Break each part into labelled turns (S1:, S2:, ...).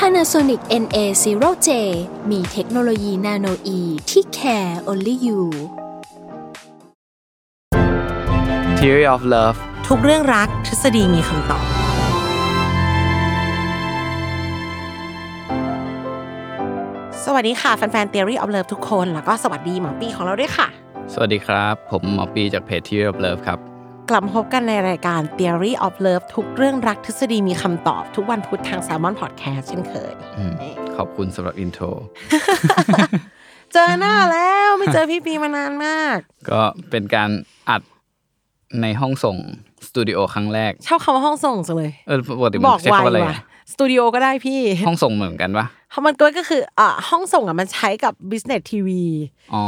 S1: Panasonic NA0J มีเทคโนโลยีนาโนอีที่ care only you
S2: Theory of Love
S3: ทุกเรื่องรักทฤษฎีมีคำตอบ สวัสดีค่ะ แฟนๆ Theory of Love ทุกคน แล้วก็สวัสดีหมอปีของเราด้วยค่ะ
S2: สวัสดีครับ ผมหมอปีจากเพจ Theory of Love ครับ
S3: กลับมาพบกันในรายการ Theory of Love ทุกเรื่องรักทฤษฎีมีคำตอบ ทุกวันพุธทาง Salmon Podcast เช่นเคย
S2: อืม ขอบคุณสำหรับอินโทร
S3: เจอหน้า แล้วไม่เจอพี่ปีมานานมาก
S2: ก็เป็นการอัดในห้องส่งสตูดิโอครั้งแรก
S3: เช่าคำว่าห้องส่งจังเลย
S2: เออปกติมั
S3: บอก
S2: นใช้
S3: ไว
S2: คำว่าอะไร
S3: ว่ะ
S2: อะ
S3: สตูดิโอก็ได้ พี่
S2: ห้องส่งเหมือนกันปะ
S3: เพราะมันก็คืออ่าห้องส่งอ่ะมันใช้กับ business TV
S2: อ๋อ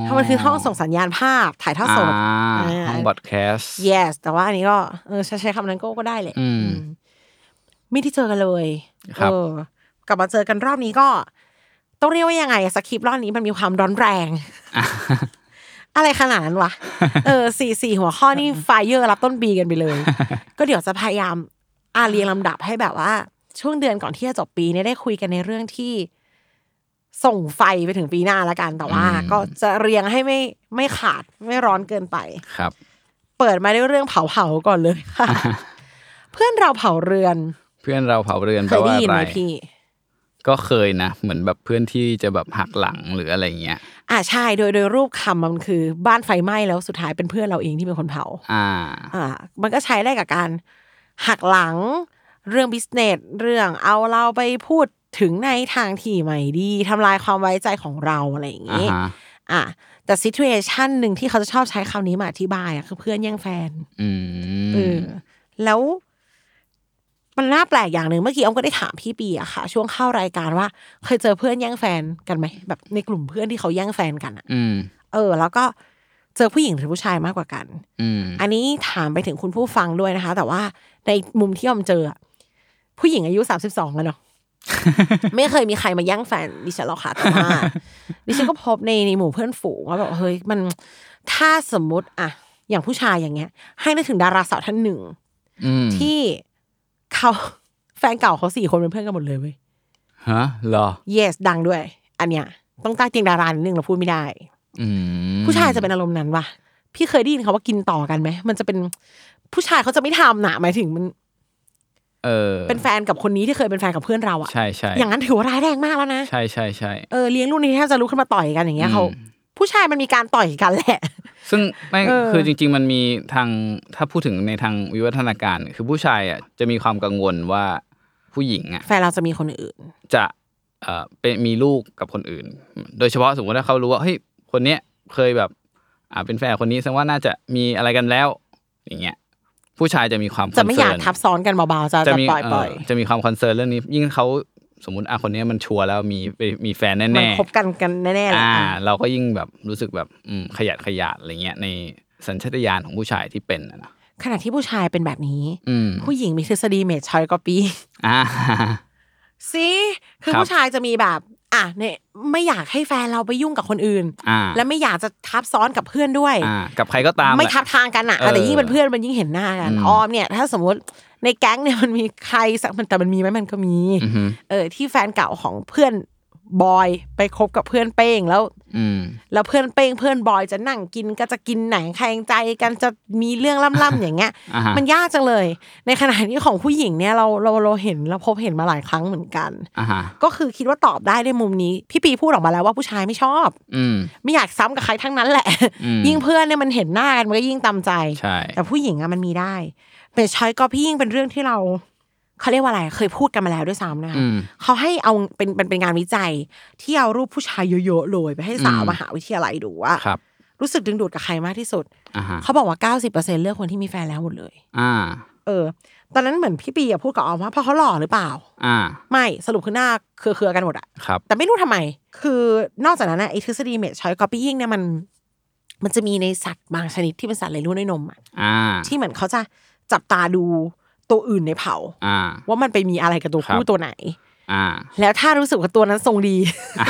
S3: เพราะมันคือห้องส่งสัญญาณภาพถ่ายทอดสด
S2: อ่า
S3: อ่า
S2: ห้องบอดแคส
S3: yes แต่ว่าอันนี้ก็เออใช้ใช้คำนั้นก็ก็ได้แหละ
S2: อืม
S3: ไม่ได้เจอกันเลย
S2: ครับ
S3: เออกลับมาเจอกันรอบนี้ก็ ต้องเรียกว่ายังไงอะสคริปต์รอบนี้มันมีความร้อนแรง อะไรขนาดนั้นวะ เออสี่สี่หัวข้อนี่ไฟเยอร์รับต้นปีกันไปเลย ก็เดี๋ยวจะพยายามอาเรียงลำดับให้แบบว่า ช่วงเดือนก่อนที่จะจบปีเนี่ยได้คุยกันในเรื่องที่ ส่งไฟไปถึงปีหน้าละกันแต่ว่า
S2: อืม
S3: ก็จะเรียงให้ไม่ไม่ขาดไม่ร้อนเกินไป
S2: ครับ
S3: เปิดมาด้วยเรื่องเผาเผาๆก่อนเลย ค่ะ เพื่อนเราเผาเรือน
S2: เพื่อนเราเผาเรือนแป
S3: เค
S2: ล
S3: ยได้
S2: ว่า
S3: ยิน
S2: อะ
S3: ไห
S2: ไร
S3: มพี่
S2: ก็เคยนะ เหมือนแบบเพื่อนที่จะแบบหักหลังหรืออะไรอย่างเงี้ย
S3: อ่าใช่โดยโดยรูปคำมันคือ บ้านไฟไหม้แล้วสุดท้ายเป็นเพื่อนเราเองที่เป็นคนเผา
S2: อ่า
S3: อ่า มันก็ใช้ได้กับการหักหลัง เรื่องบิสเนสเรื่องเอาเราไปพูดถึงในทางที่ไม่ดีทำลายความไว้ใจของเราอะไรอย่าง
S2: อ่า
S3: นี้
S2: ฮะ
S3: อ่ะแต่ซิ t u เอชันหนึ่งที่เขาจะชอบใช้คำนี้มาอธิบายอะคือเพื่อนแย่งแฟน
S2: อื
S3: เอ
S2: ม
S3: อแล้วมันน่าแปลกอย่างหนึ่งเมื่อกี้อ้อมก็ได้ถามพี่ปีอะค่ะ ช่วงเข้ารายการว่า เคยเจอเพื่อนแย่งแฟนกันไหมแบบในกลุ่มเพื่อนที่เขาแย่งแฟนกันอะ
S2: อืม
S3: เออ แล้วก็เจอผู้หญิงหรือผู้ชายมากกว่ากัน
S2: อืม
S3: อันนี้ถามไปถึงคุณผู้ฟังด้วยนะคะ แต่ว่าในมุมที่อ้อมเจออะผู้หญิงอายุสามสิบสองแล้วเนาะ ไม่เคยมีใครมาแย่งแฟนดิฉันหรอกค่ะแต่ว่า ดิฉันก็พบในในหมู่เพื่อนฝูงว่าแบบเฮ้ยมันถ้าสมมติอะอย่างผู้ชายอย่างเงี้ย ให้นึกถึงดาราสาวท่านหนึ่ง
S2: อืม
S3: ที่เขา แฟนเก่าเขาสี่คนเป็นเพื่อนกันหมดเลยเว้ย
S2: ฮะเหรอ
S3: yes ดังด้วย อันเนี้ยต้องใต้เตียงดารานิดนึงเราพูดไม่ได้
S2: อืม
S3: ผู้ชายจะเป็นอารมณ์นั้นว่ะ พี่เคยได้ยินเขาว่ากินต่อกันไหม มันจะเป็นผู้ชายเขาจะไม่ทำหนะหมายถึงมัน
S2: เออ
S3: เป็นแฟนกับคนนี้ที่เคยเป็นแฟนกับเพื่อนเราอะ
S2: ใช่ใช่
S3: อย่างนั้นถือว่าร้ายแรงมากแล้วนะ
S2: ใช่ใช่ใช่
S3: เออเลี้ยงลูกนี่แทบจะลุกขึ้นมาต่อยกันอย่างเงี้ย
S2: อืม
S3: เขาผู้ชายมันมีการต่อยกันแหละ
S2: ซึ่งไม่
S3: เออ
S2: คือจริง ๆ มันมีทางถ้าพูดถึงในทางวิวัฒนาการ คือผู้ชายอ่ะจะมีความกังวลว่าผู้หญิงอ่ะ
S3: แฟนเราจะมีคนอื่น
S2: จะเอ่อเป็นมีลูกกับคนอื่น โดยเฉพาะสมมติถ้าเขารู้ว่าเฮ้ยคนเนี้ยเคยแบบอ่าเป็นแฟนคนนี้แสดงว่าน่าจะมีอะไรกันแล้ว อย่างเงี้ยผู้ชายจะมีความ
S3: จะไม่อยาก
S2: concern
S3: ทับซ้อนกันเบาๆจะจะ
S2: มี
S3: ปล่อย
S2: เ
S3: ปล่อย
S2: จะมีความคอนเซิร์นเรื่องนี้ ยิ่งเขาสมมติอ่ะคนเนี้ยมันชัวร์แล้วมีมีแฟนแน่ๆ
S3: มันคบกันกันแน่ๆแหละ
S2: อ่าเราก็ยิ่งแบบรู้สึกแบบอืมขยัดขยาดอะไรเงี้ยในสัญชาตญาณของผู้ชายที่เป็นนะเนอะ
S3: ขณะที่ผู้ชายเป็นแบบนี้
S2: อืม
S3: ผู้หญิงมีทฤษฎีเมดชอยก็ปี
S2: อ่า
S3: สิคือ
S2: ครับ
S3: ผู้ชายจะมีแบบ อ่ะเนี่ยไม่อยากให้แฟนเราไปยุ่งกับคนอื่น
S2: อ่า
S3: และไม่อยากจะทับซ้อนกับเพื่อนด้วย
S2: อ่ากับใครก็ตาม
S3: ไม่
S2: แหละ
S3: ทับทางกันอ่ะ
S2: เออ
S3: แต่ยิ่งเป็นเพื่อนมันยิ่งเห็นหน้ากัน
S2: อืม
S3: ออมเนี่ย ถ้าสมมติในแก๊งเนี่ยมันมีใครสักมันแต่มันมีไหมมันก็มี
S2: อือหือ
S3: เออ ที่แฟนเก่าของเพื่อนบอยไปคบกับเพื่อนเป้งแล้ว
S2: อืม
S3: แล้วเพื่อนเป้งเพื่อนบอยจะนั่งกินก็จะกินไหนแข่งใจกันจะมีเรื่องล่ำๆอย่างเงี้ย
S2: อ่าฮะ
S3: มันยากจังเลย ในขณะที่ของผู้หญิงเนี่ยเราเราเราเห็นเราพบเห็นมาหลายครั้งเหมือนกัน
S2: อ่าฮะ
S3: ก็คือคิดว่าตอบได้ในมุมนี้ พี่ปีพูดออกมาแล้วว่าผู้ชายไม่ชอบ
S2: อืม
S3: ไม่อยากซ้ำกับใครทั้งนั้นแหละ
S2: อืม
S3: ยิ่งเพื่อนเนี่ยมันเห็นหน้ากันมันก็ยิ่งตามใจ
S2: ใช่
S3: แต่ผู้หญิงอะมันมีได้เป็นช้อยก็พี่ยิ่งเป็นเรื่องที่เราเขาเรียกว่าอะไรเคยพูดกันมาแล้วด้วยซ้ำนะคะ
S2: อืม
S3: เขาให้เอาเป็นเป็นเป็นงานวิจัย ที่เอารูปผู้ชายเยอะๆเลยไปให้สาว
S2: อืม
S3: มหาวิทยาลัยดูว่า
S2: ครับ
S3: รู้สึกดึงดูดกับใครมากที่สุด
S2: อ่าฮะ
S3: เขาบอกว่า 90%เลือกคนที่มีแฟนแล้วหมดเลย
S2: อ่า
S3: เออ ตอนนั้นเหมือนพี่ปีอะพูดกับออมว่าเพราะเขาหล่อหรือเปล่า
S2: อ่า
S3: ไม่สรุปคือหน้าเครือๆกันหมดอะ
S2: ครับ
S3: แต่ไม่รู้ทำไม คือนอกจากนั้นนะไอ้ทฤษฎีเมทชอยกอปปี้ยิงเนี่ยมัน มันจะมีในสัตว์บางชนิดที่เป็นสัตว์เลี้ยงลูกด้วยนมอะ
S2: อ่า
S3: ที่เหมือนเขาจะจับตาดูตัวอื่นในเผ่า
S2: อ่า
S3: ว่ามันไปมีอะไรกับตัว
S2: ครับ
S3: ผู้ตัวไหน
S2: อ่า
S3: แล้วถ้ารู้สึกว่าตัวนั้นทรงดี
S2: อ่ะ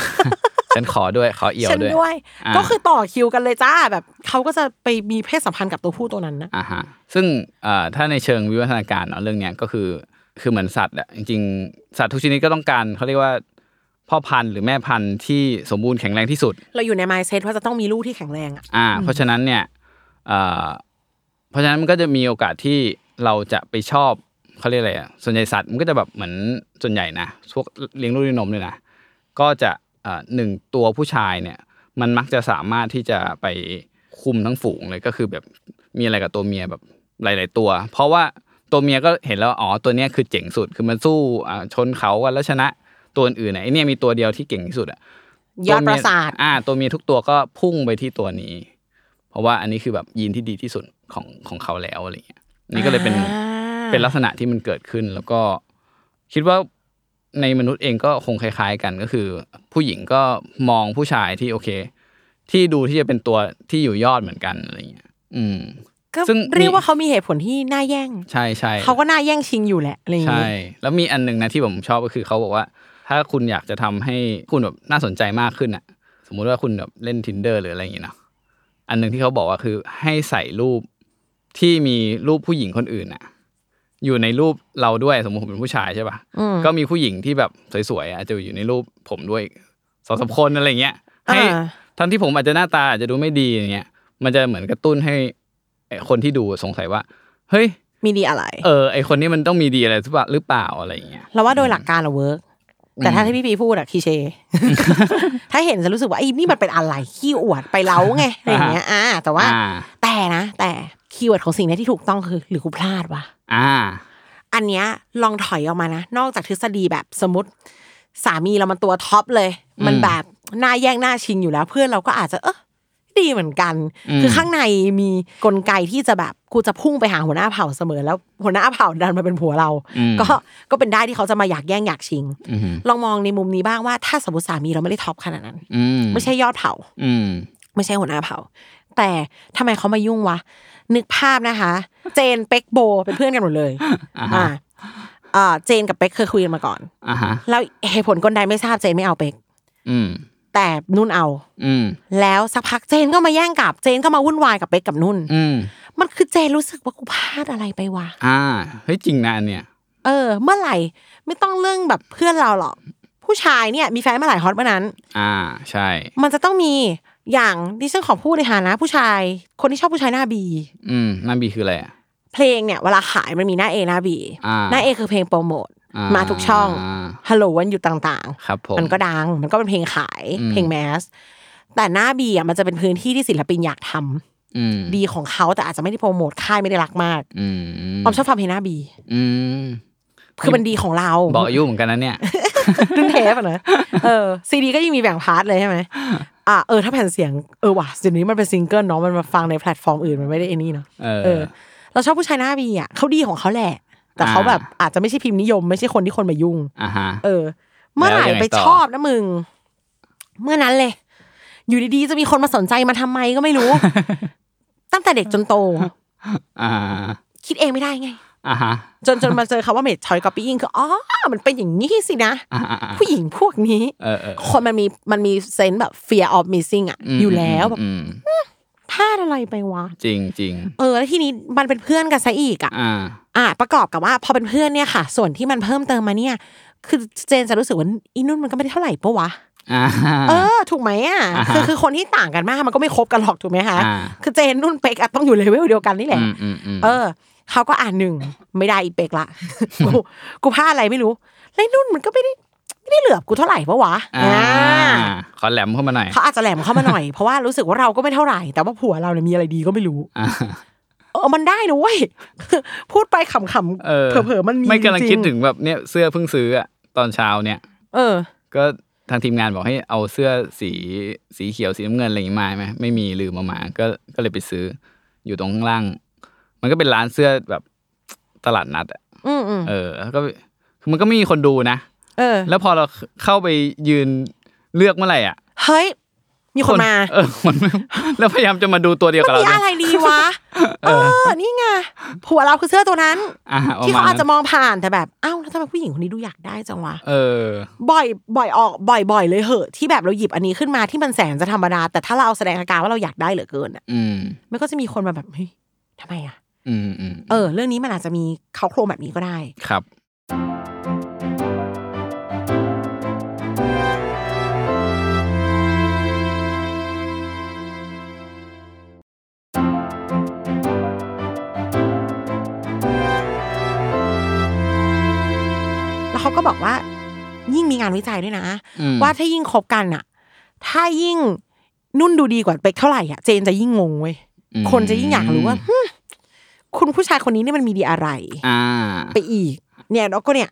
S2: ฉันขอด้วยขอเอี่ยว
S3: ฉัน
S2: ด้วย
S3: ด้วย
S2: อ่า
S3: ก็คือต่อคิวกันเลยจ้าแบบเขาก็จะไปมีเพศสัมพันธ์กับตัวผู้ตัวนั้นนะ
S2: อ่าฮะซึ่งเอ่อถ้าในเชิงวิวัฒนาการเนาะเรื่องเนี้ยก็คือคือเหมือนสัตว์อะจริงๆ สัตว์ทุกชนิดก็ต้องการเขาเรียกว่า พ่อพันธุ์หรือแม่พันธุ์ที่สมบูรณ์แข็งแรงที่สุด
S3: เราอยู่ในมายเซตว่าจะต้องมีลูกที่แข็งแรงอะ
S2: อ่า เพราะฉะนั้นเนี่ยเอ่อเพราะฉะนั้นมันก็จะมีโอกาสที่เราจะไปชอบเขาเรียกอะไรอ่ะส่วนใหญ่สัตว์มันก็จะแบบเหมือนส่วนใหญ่นะพวกเลี้ยงลูกด้วยนมเนี่ยนะก็จะเอ่อหนึ่งตัวผู้ชายเนี่ยมันมักจะสามารถที่จะไปคุมทั้งฝูงเลยก็คือแบบมีอะไรกับตัวเมียแบบหลาย ๆ ตัว เพราะว่าตัวเมียก็เห็นแล้วอ๋อตัวเนี้ยคือเจ๋งสุดคือมันสู้อ่าชนเขากันแล้วชนะตัวอื่นๆนะไอเนี่ยมีตัวเดียวที่เก่งที่สุดอะ
S3: ยอดประสาท
S2: ตัวเมียอ่า ตัวเมียทุกตัวก็พุ่งไปที่ตัวนี้ เพราะว่าอันนี้คือแบบยีนที่ดีที่สุดของของเขาแล้วอะไรเงี้ยนี่ก็เลยเป็น
S3: อ่า
S2: เป็นลักษณะที่มันเกิดขึ้น แล้วก็คิดว่าในมนุษย์เองก็คงคล้าย ๆ กันก็คือ ผู้หญิงก็มองผู้ชายที่โอเค ที่ดูที่จะเป็นตัวที่อยู่ยอดเหมือนกันอะไรเงี้ย อืม
S3: ก็
S2: ซึ่ง
S3: เรียกว่าเขามีเหตุผลที่น่าแย่ง
S2: ใช่ใช่
S3: เขาก็น่าแย่งชิงอยู่แหละอะไรอย่าง
S2: ใช่
S3: งี้
S2: แล้วมีอันหนึ่งนะที่ผมชอบก็คือเขาบอกว่า ถ้าคุณอยากจะทำให้คุณแบบน่าสนใจมากขึ้นอ่ะ สมมุติว่าคุณแบบเล่น tinder หรืออะไรอย่างงี้เนาะอันหนึ่งที่เขาบอกว่าคือให้ใส่รูปที่มีรูปผู้หญิงคนอื่นอ่ะ อยู่ในรูปเราด้วยสมมติผมเป็นผู้ชายใช่ป่ะ
S3: อืม
S2: ก็มีผู้หญิงที่แบบสวยๆอะอาจจะอยู่ในรูปผมด้วยสองสามคนอะไรเงี้ยให้
S3: อ่า
S2: ทั้งที่ผมอาจจะหน้าตาอาจจะดูไม่ดีอย่างเงี้ย มันจะเหมือนกระตุ้นให้ไอ้คนที่ดูสงสัยว่าเฮ้ย
S3: มีดีอะไร
S2: เออไอคนนี้มันต้องมีดีอะไรหรือเปล่าหรือเปล่าอะไรอย่างเงี้ย
S3: เราว่าโดยหลักการเราเวิร์กแต่ถ้าที่พี่ปีพูดอะคีเช ถ้าเห็นจะรู้สึกว่าไอ้นี่มันเป็นอะไรขี้อวดไปเล้าไงอะไรอย่างเงี้ยอ่าแต่ว่า
S2: อ่า
S3: แต่นะ แต่คีย์เวิร์ดของสิ่งนี้ที่ถูกต้องคือ หรือกูพลาดวะ
S2: อ่า
S3: อันเนี้ยลองถอยออกมานะ นอกจากทฤษฎีแบบสมมติสามีเรามันตัวท็อปเลย มัน
S2: อืม
S3: แบบหน้าแย่งหน้าชิงอยู่แล้ว เพื่อนเราก็อาจจะเออดีเหมือนกัน
S2: อืม
S3: คือข้างในมีกลไกที่จะแบบกูจะพุ่งไปหาหัวหน้าเผ่าเสมอ แล้วหัวหน้าเผ่าดันมาเป็นผัวเรา
S2: อืม
S3: ก็ก็เป็นได้ที่เขาจะมาอยากแย่งอยากชิง
S2: อืม
S3: ลองมองในมุมนี้บ้างว่าถ้าสมมติสามีเราไม่ได้ท็อปขนาดนั้น
S2: อืม
S3: ไม่ใช่ยอดเผ่า
S2: อืม
S3: ไม่ใช่หัวหน้าเผ่า แต่ทำไมเขามายุ่งวะ นึกภาพนะคะ เจนเป็กโบเป็นเพื่อนกันหมดเลย
S2: อ่าฮะ
S3: อ่าเจนกับเป็กเคยคุยกันมาก่อน
S2: อ่าฮะ
S3: แล้วเหตุผลกลใดไม่ทราบเจนไม่เอาเป็ก
S2: อืม
S3: แต่นุ่นเอา
S2: อืม
S3: แล้วสักพักเจนก็มาแย่งกับเจนก็มาวุ่นวายกับเป็กกับนุ่น
S2: อืม
S3: มันคือเจนรู้สึกว่ากูพลาดอะไรไปวะ
S2: อ่า เฮ้ยจริงนะอันเนี่ย
S3: เออ เมื่อไหร่ไม่ต้องเรื่องแบบเพื่อนเราหรอก ผู้ชายเนี่ยมีแฟนเมื่อไหร่ฮอตเมื่อนั้น
S2: อ่า ใช่
S3: มันจะต้องมีอย่างดิฉันขอพูดในฐานะผู้ชาย คนที่ชอบผู้ชายหน้าบี
S2: อืมนั่นบีคืออะไรอ่ะ
S3: เพลงเนี่ยเวลาขายมันมีหน้าเอหน้าบี
S2: อ่า
S3: หน้าเอคือเพลงโปรโมท
S2: อ่า
S3: มาทุกช่องฮัลโหลวันหยุดต่าง
S2: ครับผม
S3: ๆ มันก็ดังมันก็เป็นเพลงขาย
S2: อืม
S3: เพลงแมส แต่หน้าบีอ่ะมันจะเป็นพื้นที่ที่ศิลปินอยากทำ
S2: อืม
S3: ดีของเขาแต่อาจจะไม่ได้โปรโมทค่ายไม่ได้รักมาก
S2: อืม
S3: ออมชอบฟังเพลงหน้าบี
S2: อืม
S3: คือมันดีของเรา
S2: บอกอายุเหมือนกันนะเนี่ย
S3: รุ่นเทปอะนะเออซีดีก็ยังมีแบ่งพาร์ทเลยใช่ไหมอ่ะเออถ้าแผ่นเสียงเออว่ะเดี๋ยวนี้มันเป็นซิงเกิลเนาะมันมาฟังในแพลตฟอร์มอื่นมันไม่ได้เอนี่เนาะ
S2: เอ
S3: เอ
S2: อ
S3: อเราชอบผู้ชายหน้าบีอ่ะเขาดีของเขาแหละ แต่
S2: อ่า
S3: เขาแบบอาจจะไม่ใช่พิมพ์นิยม ไม่ใช่คนที่คนมายุ่ง
S2: อ่าฮะ
S3: เออ เมื่อไหร่
S2: แล้วยังไงต่อ
S3: ไปชอบนะมึง เมื่อนั้นเลย อยู่ดีๆจะมีคนมาสนใจมาทำไมก็ไม่ รู้ ตั้งแต่เด็กจนโต
S2: อ่า
S3: คิดเองไม่ได้ไง
S2: อ่าฮะ
S3: จนจนมาเจอคำว่าเมดชอยกับปี้ยิงคืออ๋อมันเป็นอย่างนี้สินะ
S2: อ่าอ่าอ่า
S3: ผู้หญิงพวกนี้
S2: เออเออ
S3: คนมันมีมันมีเซนส์แบบ fear of missing อ่ะ
S2: ม
S3: อยู่แล้วแบบ
S2: อืม
S3: พลาดอะไรไปวะ
S2: จริงจริง
S3: เออแล้วทีนี้มันเป็นเพื่อนกันซะอีกอ่ะ
S2: อ่า
S3: อ่ะประกอบกับว่าพอเป็นเพื่อนเนี่ยค่ะ ส่วนที่มันเพิ่มเติมมาเนี่ย คือเจนจะรู้สึกว่าอีนุ่นมันก็ไม่ได้เท่าไหร่ปะวะ
S2: อ่า
S3: เออถูกไหมอ่ะ
S2: อ่าฮะ
S3: คือคือคนที่ต่างกันมากมันก็ไม่คบกันหรอกถูกไหมคะ
S2: อ่า
S3: คือเจนนุ่นเป๊กอะต้องอยู่เลเวลเดียวกันนี่แหละ
S2: อืมอืมอืม
S3: เออเขาก็อ่านหนึ่งไม่ได้อีเป๊กละกูกูพลาดอะไรไม่รู้แล้วไอ้นุ่นมันก็ไม่ได้ไม่ได้เหลือบกูเท่าไหร่ปะวะ
S2: อ่า
S3: อ่า
S2: ขอแหลมเข้ามาหน่อย
S3: เขาอาจจะแหลมเข้ามาหน่อย เพราะว่ารู้สึกว่าเราก็ไม่เท่าไหร่แต่ว่าผัวเราเนี่ยมีอะไรดีก็ไม่รู้
S2: อ่า
S3: เออมันได้นะเว้ย พูดไปขำ
S2: เออ
S3: ๆเผลอๆมันมี
S2: ไม่กำลัง
S3: จริๆ
S2: คิดถึงแบบเนี่ยเสื้อเพิ่งซื้ออะตอนเช้าเนี่ย
S3: เออ
S2: ก็ทางทีมงานบอกให้เอาเสื้อสีสีเขียวสีน้ำเงินอะไรอย่างงี้มาไหมไม่มีลืมมามาก็ก็เลยไปซื้ออยู่ตรงข้างล่าง มันก็เป็นร้านเสื้อแบบตลาดนัดอะ
S3: อืมอืม
S2: เออแล้วก็คือมันก็ไม่มีคนดูนะ
S3: เออ
S2: แล้วพอเราเข้าไปยืนเลือกเมื่อไหร่อ่ะ
S3: เฮ้ย มีคนมา
S2: เออคน ไม่แล้วพยายามจะมาดูตัวเดียวกับเรา
S3: มี
S2: เนี่ย
S3: อะไรดีวะ เออ นี่ไง ผัวเราคือเสื้อตัวนั้น
S2: อ่ะปรมณ
S3: ที่เขาอาจจะ
S2: นั้น
S3: มองผ่านแต่แบบอ้าวแล้วทำไมผู้หญิงคนนี้ดูอยากได้จังวะ
S2: เออ
S3: บ่อยบ่อยออกบ่อยบ่อยเลยเหอะที่แบบเราหยิบอันนี้ขึ้นมาที่มันแสนจะธรรมดา แต่ถ้าเราแสดงอาการว่าเราอยากได้เหลือเกินอ่ะ
S2: อืม
S3: มันก็จะมีคนมาแบบเฮ้ยทำไมอ่ะ
S2: อืมอืม
S3: เออ เรื่องนี้มันอาจจะมีเขาโครงแบบนี้ก็ได้
S2: ครับ
S3: แล้วเขาก็บอกว่า ยิ่งมีงานวิจัยด้วยนะ
S2: อืม
S3: ว่าถ้ายิ่งคบกันอ่ะ ถ้ายิ่งนุ่นดูดีกว่าเป๊กเท่าไหร่อ่ะเจนจะยิ่งงงเว้ย
S2: อืม
S3: คนจะยิ่งอยากรู้ว่าหึคุณผู้ชายคนนี้เนี่ยมันมีดีอะไร
S2: อ่า
S3: ไปอีก เนี่ยแล้วก็เนี่ย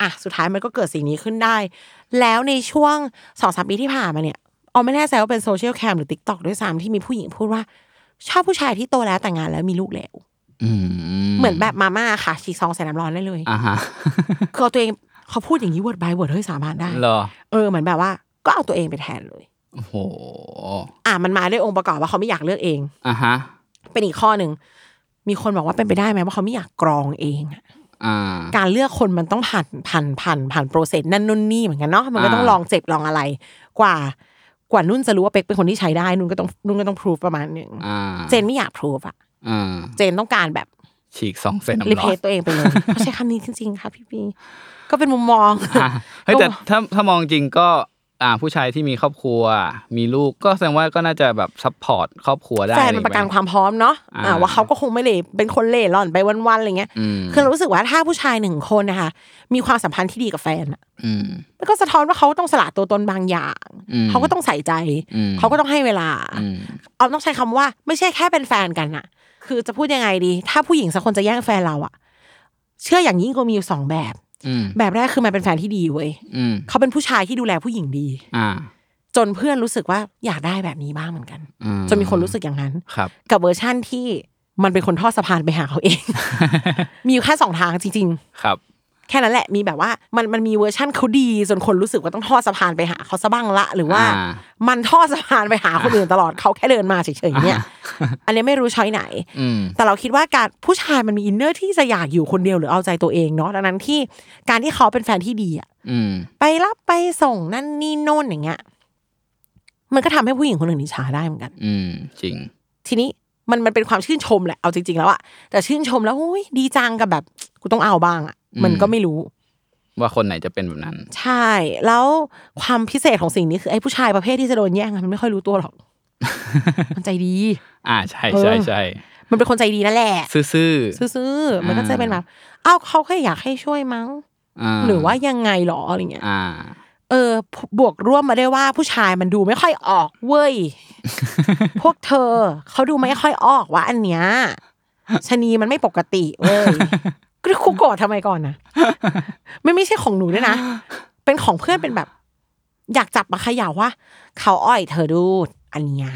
S3: อ่ะ สุดท้ายมันก็เกิดสิ่งนี้ขึ้นได้ แล้วในช่วงสองสามปีที่ผ่านมาเนี่ยเอาไม่แน่ใจว่าเป็นโซเชียลแคมหรือติ๊กต็อกด้วยซ้ำที่มีผู้หญิงพูดว่า ชอบผู้ชายที่โตแล้วแต่งงานแล้วมีลูกแล้ว
S2: อืม
S3: เหมือนแบบมาม่าค่ะ ฉีกซองใส่น้ำร้อนได้เลย
S2: อ่าฮะ
S3: คือเอาตัวเองเขาพูดอย่างนี้เวิร์ดบายเวิร์ดเฮ้ยสามารถได้
S2: เหรอ
S3: เออเหมือนแบบว่า ก็เอาตัวเองไปแทนเลย
S2: โอ้โห
S3: อ่ะมันมาด้วยองค์ประกอบว่าเขาไม่อยากเลือกเอง
S2: อ่าฮะ
S3: เป็นอีกข้อหนึ่งมีคนบอกว่าเป็นไปได้ไหมว่าเขาไม่อยากกรองเองอะ
S2: อ่า
S3: การเลือกคนมันต้องผ่านผ่านผ่านผ่านโปรเซสนั่นนู่นนี่เหมือนกันเนาะมันก็ต้อง
S2: อ่า
S3: ลองเจ็บลองอะไร กว่ากว่านุ่นจะรู้ว่าเป็กเป็นคนที่ใช้ได้นุ่นก็ต้องนุ่นก็ต้องพรูฟประมาณหนึ่ง
S2: อ่า
S3: เจนไม่อยากพรูฟอะ
S2: อ่า
S3: เจนต้องการแบบ
S2: ฉีกสองเซนน้ำ
S3: รี
S2: ร้
S3: เพ
S2: อน
S3: ทตัวเองไป เลยเขาใช้คำนี้จริงๆค่ะพี่ปีก็เป็นมุมมอง
S2: อ่ะเฮ้ยแต่
S3: ก็
S2: ถ้าถ้ามองจริงก็ อ่า ผู้ชายที่มีครอบครัว มีลูกก็แสดงว่าก็น่าจะแบบซัพพอร์ตครอบครัว ได้
S3: แฟนมันประกัน
S2: อไอ
S3: ค
S2: ย่างเงี้ย
S3: วามพร้อมเนาะ
S2: อ่า
S3: อ่าว่าเขาก็คงไม่เลยเป็นคนเล่ร่อนไปวันๆอะไรเงี้ย
S2: อืม
S3: คือเรารู้สึกว่าถ้าผู้ชายหนึ่งคนนะคะมีความสัมพันธ์ที่ดีกับแฟนอะ
S2: อืม
S3: มันก็สะท้อนว่าเขาต้องสละตัวตนบางอย่าง
S2: อืม
S3: เขาก็ต้องใส่ใจ
S2: อืม
S3: เขาก็ต้องให้เวลา
S2: อืม
S3: เอาต้องใช้คำว่าไม่ใช่แค่เป็นแฟนกันน่ะ คือจะพูดยังไงดี ถ้าผู้หญิงสักคนจะแย่งแฟนเราอะเชื่ออย่างยิ่งก็มีอยู่สองแบบ
S2: อืม
S3: แบบแรกคือมันเป็นแฟนที่ดีเว้ย
S2: อืม
S3: เขาเป็นผู้ชายที่ดูแลผู้หญิงดี
S2: อ่า
S3: จนเพื่อนรู้สึกว่าอยากได้แบบนี้บ้างเหมือนกัน
S2: อื
S3: จนมีคนรู้สึกอย่างนั้น
S2: ครับ
S3: กับเวอร์ชั่นที่มันเป็นคนทอดสะพานไปหาเขาเอง มีอยู่แค่สองทางจริง
S2: ครับ
S3: ๆ แค่นั้นแหละมีแบบว่ามันมันมีเวอร์ชั่นเขาดีจนคนรู้สึกว่าต้องทอดสะพานไปหาเขาซะบ้างละหรือว่า
S2: อ่า
S3: มันทอดสะพานไปหาคนอื่นตลอดเขาแค่เดินมาเฉยๆเนี่ย อันนี้ไม่รู้ช้อยไหน
S2: อืม
S3: แต่เราคิดว่าการผู้ชายมันมีอินเนอร์ที่จะอยากอยู่คนเดียวหรือเอาใจตัวเองเนาะดังนั้นที่การที่เขาเป็นแฟนที่ดีอะ
S2: อืม
S3: ไปรับไปส่งนั่นนี่โน่นอย่างเงี้ยมันก็ทำให้ผู้หญิงคนอื่นอิจฉาได้เหมือนกัน
S2: อืม จริง
S3: ทีนี้มันมันเป็นความชื่นชมแหละเอาจริง ๆ แล้วอะแต่ชื่นชมแล้วอุยดีจังกับแบบกูต้องเอาบ้างอะมันก็ไม่รู้
S2: ว่าคนไหนจะเป็นแบบนั้น
S3: ใช่ แล้วความพิเศษของสิ่งนี้คือไอ้ผู้ชายประเภทที่จะโดนแย่งอะมันไม่ค่อยรู้ตัวหรอก มันใจดี
S2: อ่า ใช่ใช่ใช่
S3: มันเป็นคนใจดีนั่นแหละ
S2: ซื่อๆ
S3: ซื่อๆมันก็จะเป็น
S2: อ่า
S3: แบบอ้าวเขาแค่อยากให้ช่วยมั้ง หรือว่ายังไงหรออะไรเงี้ย
S2: อ่า
S3: เออ บวกร่วมมาได้วยว่าผู้ชายมันดูไม่ค่อยออกเว้ย พวกเธอ เขาดูไม่ค่อยออกว่าอันเนี้ยชะนีมันไม่ปกติเว้ย ก็คุกโกรธทำไมก่อนนะไม่ไม่ใช่ของหนูด้วยนะ เป็นของเพื่อนเป็นแบบ อยากจับมาเขย่าว่า เขาอ้อยเธอดูอันเนี้ย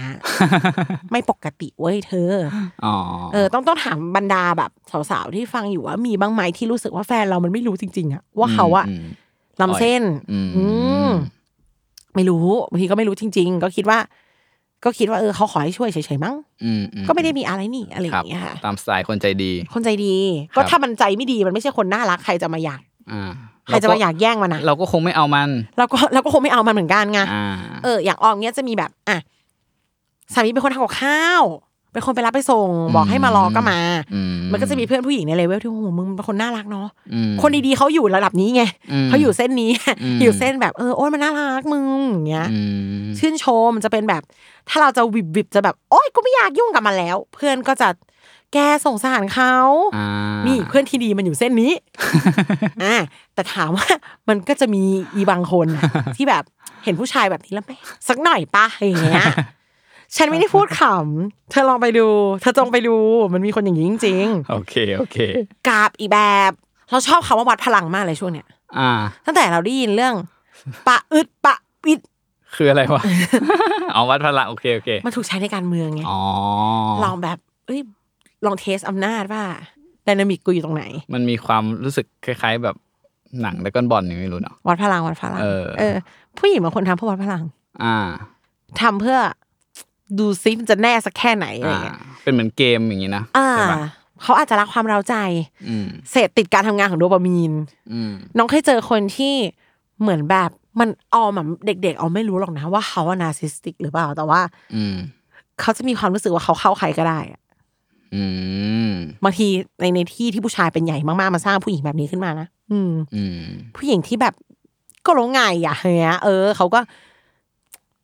S3: ไม่ปกติเว้ยเธอ
S2: อ๋อ
S3: เออต้องต้องถามบรรดาแบบสาวๆที่ฟังอยู่ว่ามีบ้างไหมที่รู้สึกว่าแฟนเรามันไม่รู้จริงๆอะว่าเขาอะ
S2: ม
S3: ลำเส้น
S2: อืม
S3: อืม ไม่รู้บางทีก็ไม่รู้จริง ๆ ก็คิดว่า ก็คิดว่าเออเขาขอให้ช่วยเฉยๆมั้ง
S2: อืมอื
S3: ก็ไม่ได้มีอะไรนี่อะไรอ
S2: ครับ
S3: ย่างเงี้ยค่ะ
S2: ตามสไตล์คนใจดี
S3: คนใจดี
S2: ครับ
S3: ก็ถ้ามันใจไม่ดีมันไม่ใช่คนน่ารักใครจะมาอยาก
S2: อ่า
S3: ใครจะมาอยากแย่งมันนะ
S2: เราก็คงไม่เอามัน
S3: เราก็เราก็คงไม่เอามันเหมือนกันไง
S2: อ่า
S3: เอออย่างออมเนี้ยจะมีแบบอ่ะสามีเป็นคนทำกับข้าวเป็นคนไปรับไปส่ง บอกให้มารอก็มา
S2: ม
S3: มันก็จะมีเพื่อนผู้หญิงในเลเวลที่โอ้โหมึงเป็นคนน่ารักเนาะ
S2: ม
S3: คนดีๆเขาอยู่ระดับนี้ไง
S2: อืม
S3: เขาอยู่เส้นนี้
S2: อืม
S3: อยู่เส้นแบบเออโอ้ยมันน่ารักมึงอย่างเงี้ย
S2: อืม
S3: ชื่นชมจะเป็นแบบ ถ้าเราจะวิบวิบจะแบบ โอ๊ยกูไม่อยากยุ่งกับมันแล้ว เพื่อนก็จะแกสงสารเขา
S2: อ่า
S3: นี่เพื่อนที่ดีมันอยู่เส้น นี้ อ่าแต่ถามว่ามันก็จะมีอีบางคน น่ะ ที่แบบเห็นผู้ชายแบบนี้แล้วไหมสักหน่อยปะอย่างเงี้ยฉันไม่ได้พูดขำเธอลองไปดู เธอจงไปดูมันมีคนอย่างนี้จริง
S2: โอเค โอเค
S3: ๆกราบอีแบบ เราชอบคำว่าวัดพลังมากเลยช่วงเนี้ย
S2: อ่า
S3: ตั้งแต่เราได้ยินเรื่อง ปะอึดปะปิด
S2: คืออะไรวะ เอาวัดพลังโอเค โอเค
S3: มันถูกใช้ในการเมืองไง
S2: อ๋อ
S3: ลองแบบเอ้ย ลองเทสอำนาจว่า ไดนามิกกูอยู่ตรงไหน
S2: มันมีความรู้สึกคล้าย ๆ แบบหนังแต่ก้อนบอลอย่างไม่รู้เนาะ
S3: วัดพลังวัดพลัง
S2: เออ
S3: ผู้หญิงบางคนทำเพื่อวัดพลัง
S2: อ่า
S3: ทำเพื่อดูซิมันจะแน่สักแค่ไหนอะไร
S2: อ่า
S3: เงี้ย
S2: เป็นเหมือนเกมอย่างนี้นะ
S3: อ่า
S2: ใช่ปะ
S3: เขาอาจจะรักความเร้าใจ
S2: อืม
S3: เสพติดการทำงานของโดปามีน
S2: อืม
S3: น้องเคยเจอคนที่เหมือนแบบมันออมอะเด็ก ๆออมไม่รู้หรอกนะว่าเขาอะนาร์ซิสติกหรือเปล่า แต่ว่า
S2: อืม
S3: เขาจะมีความรู้สึกว่าเขาเข้าใครก็ได้อะ
S2: อืม
S3: บางทีในในที่ที่ผู้ชายเป็นใหญ่มากๆมาสร้างผู้หญิงแบบนี้ขึ้นมานะอืม
S2: อืม
S3: ผู้หญิงที่แบบก็รู้ไงอะอย่างเงี้ยเออเขาก็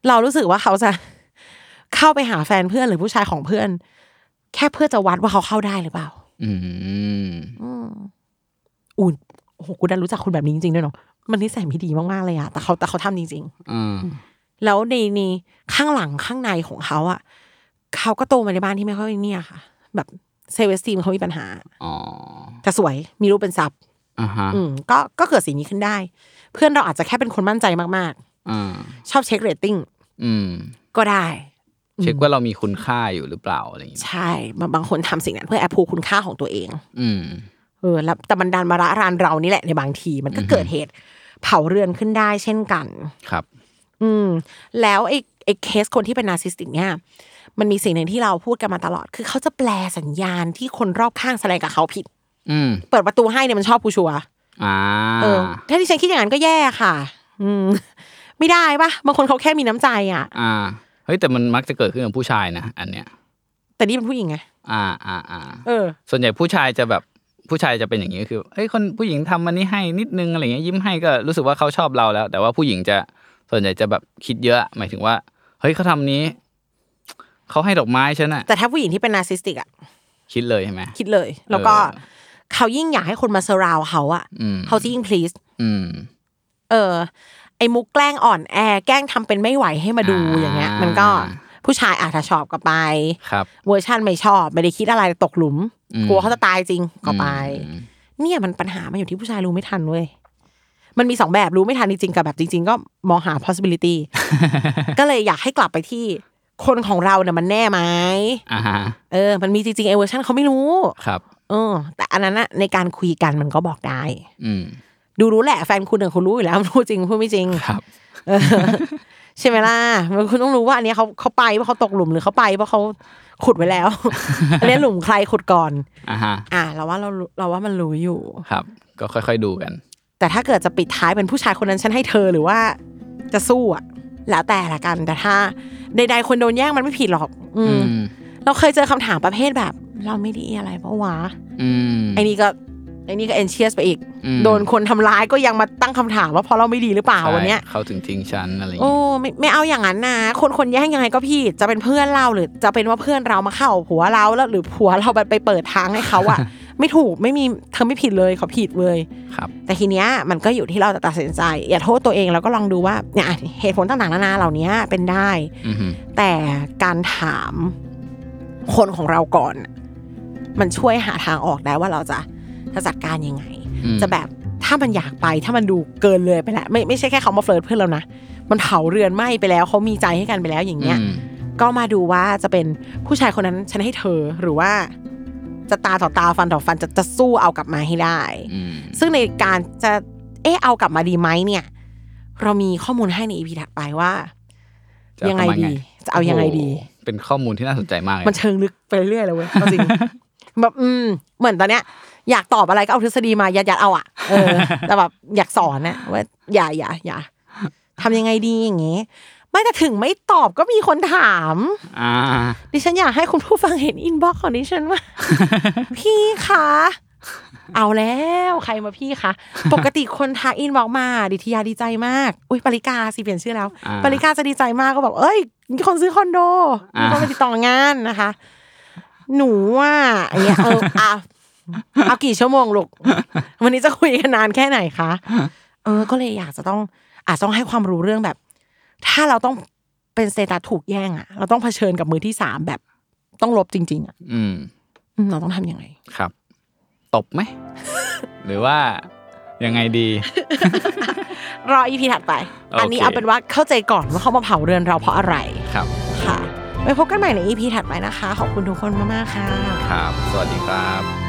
S3: เรารู้สึกว่าเขาจะ เข้าไปหาแฟนเพื่อนหรือผู้ชายของเพื่อน แค่เพื่อจะวัดว่าเขาเข้าได้หรือเปล่า
S2: อืม
S3: อืมอุ่นโอ้โหกูได้รู้จักคนแบบนี้จริงๆด้วยเนาะมันนิสัยไม่ดีมากๆเลยอะแต่เขาแต่เขาทำจริงๆ
S2: อ่า
S3: แล้วในในข้างหลังข้างในของเขาอ่ะเขาก็โตมาในบ้านที่ไม่ค่อยเนี่ยค่ะ แบบเซเวสตีมเขามีปัญหา
S2: อ๋อ
S3: แต่สวยมีรูปเป็นซับ
S2: อ่าฮะ
S3: อืมก็ก็เกิดสิ่งนี้ขึ้นได้ เพื่อนเราอาจจะแค่เป็นคนมั่นใจมาก
S2: อ่า
S3: ๆ ชอบเช็คเรตติ้ง
S2: อืม
S3: ก็ได้
S2: เช็คว่าเรามีคุณค่าอยู่หรือเปล่าอะไรอย่างงี้
S3: ใช่บางบางคนทำสิ่งนั้นเพื่อแอบพูคุณค่าของตัวเอง
S2: อืม
S3: เออแล้วแต่มันดันมาระรานเรานี่แหละในบางที มันก็เกิดเหตุเผาเรือนขึ้นได้เช่นกัน
S2: ครับ
S3: อืมแล้วไอ้ไอ้เคสคนที่เป็นนาร์ซิสติกเนี่ยมันมีสิ่งหนึ่งที่เราพูดกันมาตลอด คือเขาจะแปลสัญญาณที่คนรอบข้างแสดงกับเขาผิด
S2: อืม
S3: เปิดประตูให้เนี่ยมันชอบกูชัวร์
S2: อ่า
S3: เออถ้าที่ฉันคิดอย่างนั้นก็แย่ค่ะ อืม ไม่ได้ปะบางคนเขาแค่มีน้ำใจอ่ะ
S2: อ่า เฮ้ยแต่มันมักจะเกิดขึ้นกับผู้ชายนะ อันเนี้ย
S3: แต่นี่เป็นผู้หญิงไง
S2: อ่า อ่า อ่า
S3: เออ
S2: ส่วนใหญ่ผู้ชายจะแบบผู้ชายจะเป็นอย่างนี้ก็คือเฮ้ยคนผู้หญิงทำมันนี่ให้นิดนึงอะไรเงี้ยยิ้มให้ก็รู้สึกว่าเขาชอบเราแล้ว แต่ว่าผู้หญิงจะส่วนใหญ่จะแบบคิดเยอะหมายถึงว่า เฮ้ยเขาทำนี้ เขาให้ดอกไม้ฉันอะ
S3: แต่ถ้าผู้หญิงที่เป็นนาร์ซิสติกอ่ะ
S2: คิดเลยใช่ไหม
S3: คิดเลย แล้วก็
S2: เออ
S3: เขายิ่งอยากให้คนมาเซอร์ราวเขาอ่ะ
S2: อืม
S3: เขาจะยิ่ง please
S2: อืม
S3: เออ ไอ้มุกแกล้งอ่อนแอแกล้งทำเป็นไม่ไหวให้มาดู
S2: อ่า
S3: อย่างเงี้ย มันก็ผู้ชายอาจจะชอบก็ไป
S2: ครับ
S3: เวอร์ชั่นไม่ชอบ ไม่ได้คิดอะไรตกหลุม
S2: อืม
S3: กลัวเขาจะตายจริงก็ไป
S2: อืม
S3: เนี่ยมันปัญหามันอยู่ที่ผู้ชายรู้ไม่ทันเว้ยมันมีสองแบบรู้ไม่ทันจริงๆกับแบบจริง ๆ ก็มองหา possibility ก็เลยอยากให้กลับไปที่คนของเราเนี่ยมันแน่ไหม
S2: อ่าฮะ
S3: เออ มันมีจริงๆไอเวอร์ชันเขาไม่รู้
S2: ครับ
S3: เออ แต่อันนั้นอะในการคุยกันมันก็บอกได้
S2: อืม
S3: ดูรู้แหละแฟนคุณเนี่ยคุณรู้อยู่แล้ว รู้จริงพูดไม่จริง
S2: ครับ
S3: เออใช่ไหมล่ะมันคุณต้องรู้ว่าอันเนี้ยเขาเขาไปเพราะเขาตกหลุมหรือเขาไปเพราะเขาขุดไว้แล้ว อันเนี้ยหลุมใครขุดก่อน
S2: อ่าฮะ
S3: อ่ะเราว่าเรารู้เราว่ามันรู้อยู่
S2: ครับ ก็ค่อยๆดูกัน
S3: แต่ถ้าเกิดจะปิดท้ายเป็นผู้ชายคนนั้นฉันให้เธอหรือว่าจะสู้อ่ะแล้วแต่ละกันแต่ถ้าใดๆคนโดนแย่งมันไม่ผิดหรอก อื
S2: อื
S3: ม
S2: ม
S3: เราเคยเจอคำถามประเภทแบบ เราไม่ดีอะไรเพราะวะ
S2: อืม
S3: ไอ้นี่ก็ไอ้นี่ก็เอนเชียสไปอีก
S2: อืม
S3: โดนคนทำร้ายก็ยังมาตั้งคำถามว่าเพราะเราไม่ดีหรือเปล่า
S2: ใช่
S3: วันเนี้ย
S2: เขาถึงทิ้งฉันอะไรอย่าง
S3: โอ้
S2: งี้
S3: ไม่ไม่เอาอย่างนั้นนะคนคนแย่งยังไงก็ผิดจะเป็นเพื่อนเราหรือจะเป็นว่าเพื่อนเรามาเข้าผัวเราแล้วหรือผัวเราไปเปิดทางให้เขาอะ ไม่ถูกไม่มีเธอไม่ผิดเลยเขาผิดเลย
S2: ครับ
S3: แต่ทีเนี้ยมันก็อยู่ที่เราจะตัดสินใจ อย่าโทษตัวเองแล้วก็ลองดูว่าเนี่ยอ่ะเหตุผลต่างๆนานาเหล่านี้เป็นได้
S2: อืม
S3: แต่การถามคนของเราก่อน มันช่วยหาทางออกได้ว่าเราจะจะจัดการยังไง
S2: อืม
S3: จะแบบถ้ามันอยากไปถ้ามันดูเกินเลยไปแล้วไม่ไม่ใช่แค่เขามาเฟลิร์ตเพื่อนเรานะ มันเผาเรือนไหม้ไปแล้วเขามีใจให้กันไปแล้วอย่างเงี้ย
S2: อืม
S3: ก็มาดูว่าจะเป็นผู้ชายคนนั้นฉันให้เธอหรือว่า จะตาต่อตาฟันต่อฟันจะจะสู้เอากลับมาให้ได้
S2: อืม
S3: ซึ่งในการจะเอะเอากลับมาดีไหมเนี่ย เรามีข้อมูลให้ในอีพีถัดไปว่า
S2: จะเอา
S3: ยังไง
S2: กลับมาไง
S3: ดี จะเอายังไงดี
S2: โอ้โหเป็นข้อมูลที่น่าสนใจมากเลย
S3: มันเชิงลึกไปเรื่อย เลยเว้ยเอาจริง แบบอืม เหมือนตอนเนี้ย อยากตอบอะไรก็เอาทฤษฎีมายัดยัดๆเอาอ่ะเอ อ แต่แบบอยากสอนนะว่าอย่าอย่าอย่าทำยังไงดีอย่างงี้ ไม่แต่ถึงไม่ตอบก็มีคนถาม
S2: อ่า
S3: ดิฉันอยากให้คุณผู้ฟังเห็นอินบ็อกซ์ของดิฉันว่า พี่คะเอาแล้วใครมาพี่คะปกติคนทักอินบ็อกซ์มา ดิทยาดีใจมาก อุ้ยปริกาสิเปลี่ยนชื่อแล้ว
S2: อ่า
S3: ปริกาจะดีใจมากก็บอกเอ้ยมีคนซื้อคอนโดมีคน
S2: อ่า
S3: ไปติดต่องานนะคะ หนูว่าอย่างเงี้ยเอออ่ะเอากี่ชั่วโมงลูกวันนี้จะคุยกันนานแค่ไหนคะเออ ก็เลยอยากจะต้องอาจจะต้องให้ความรู้เรื่องแบบ ถ้าเราต้องเป็นสเตตัสถูกแย่งอะเราต้องเผชิญกับมือที่สามแบบต้องลบจริง ๆอะ
S2: อืม
S3: อืมเราต้องทำยังไง
S2: ครับ ตบไหม หรือว่ายังไงดี
S3: รออีพีถัดไป อันนี้
S2: โอเค
S3: เอาเป็นว่าเข้าใจก่อนว่าเขามาเผาเรือนเราเพราะอะไร
S2: ครับ
S3: ค่ะไว้พบกันใหม่ในอีพีถัดไปนะคะขอบคุณทุกคนมากๆค่ะ
S2: ครับ สวัสดีครับ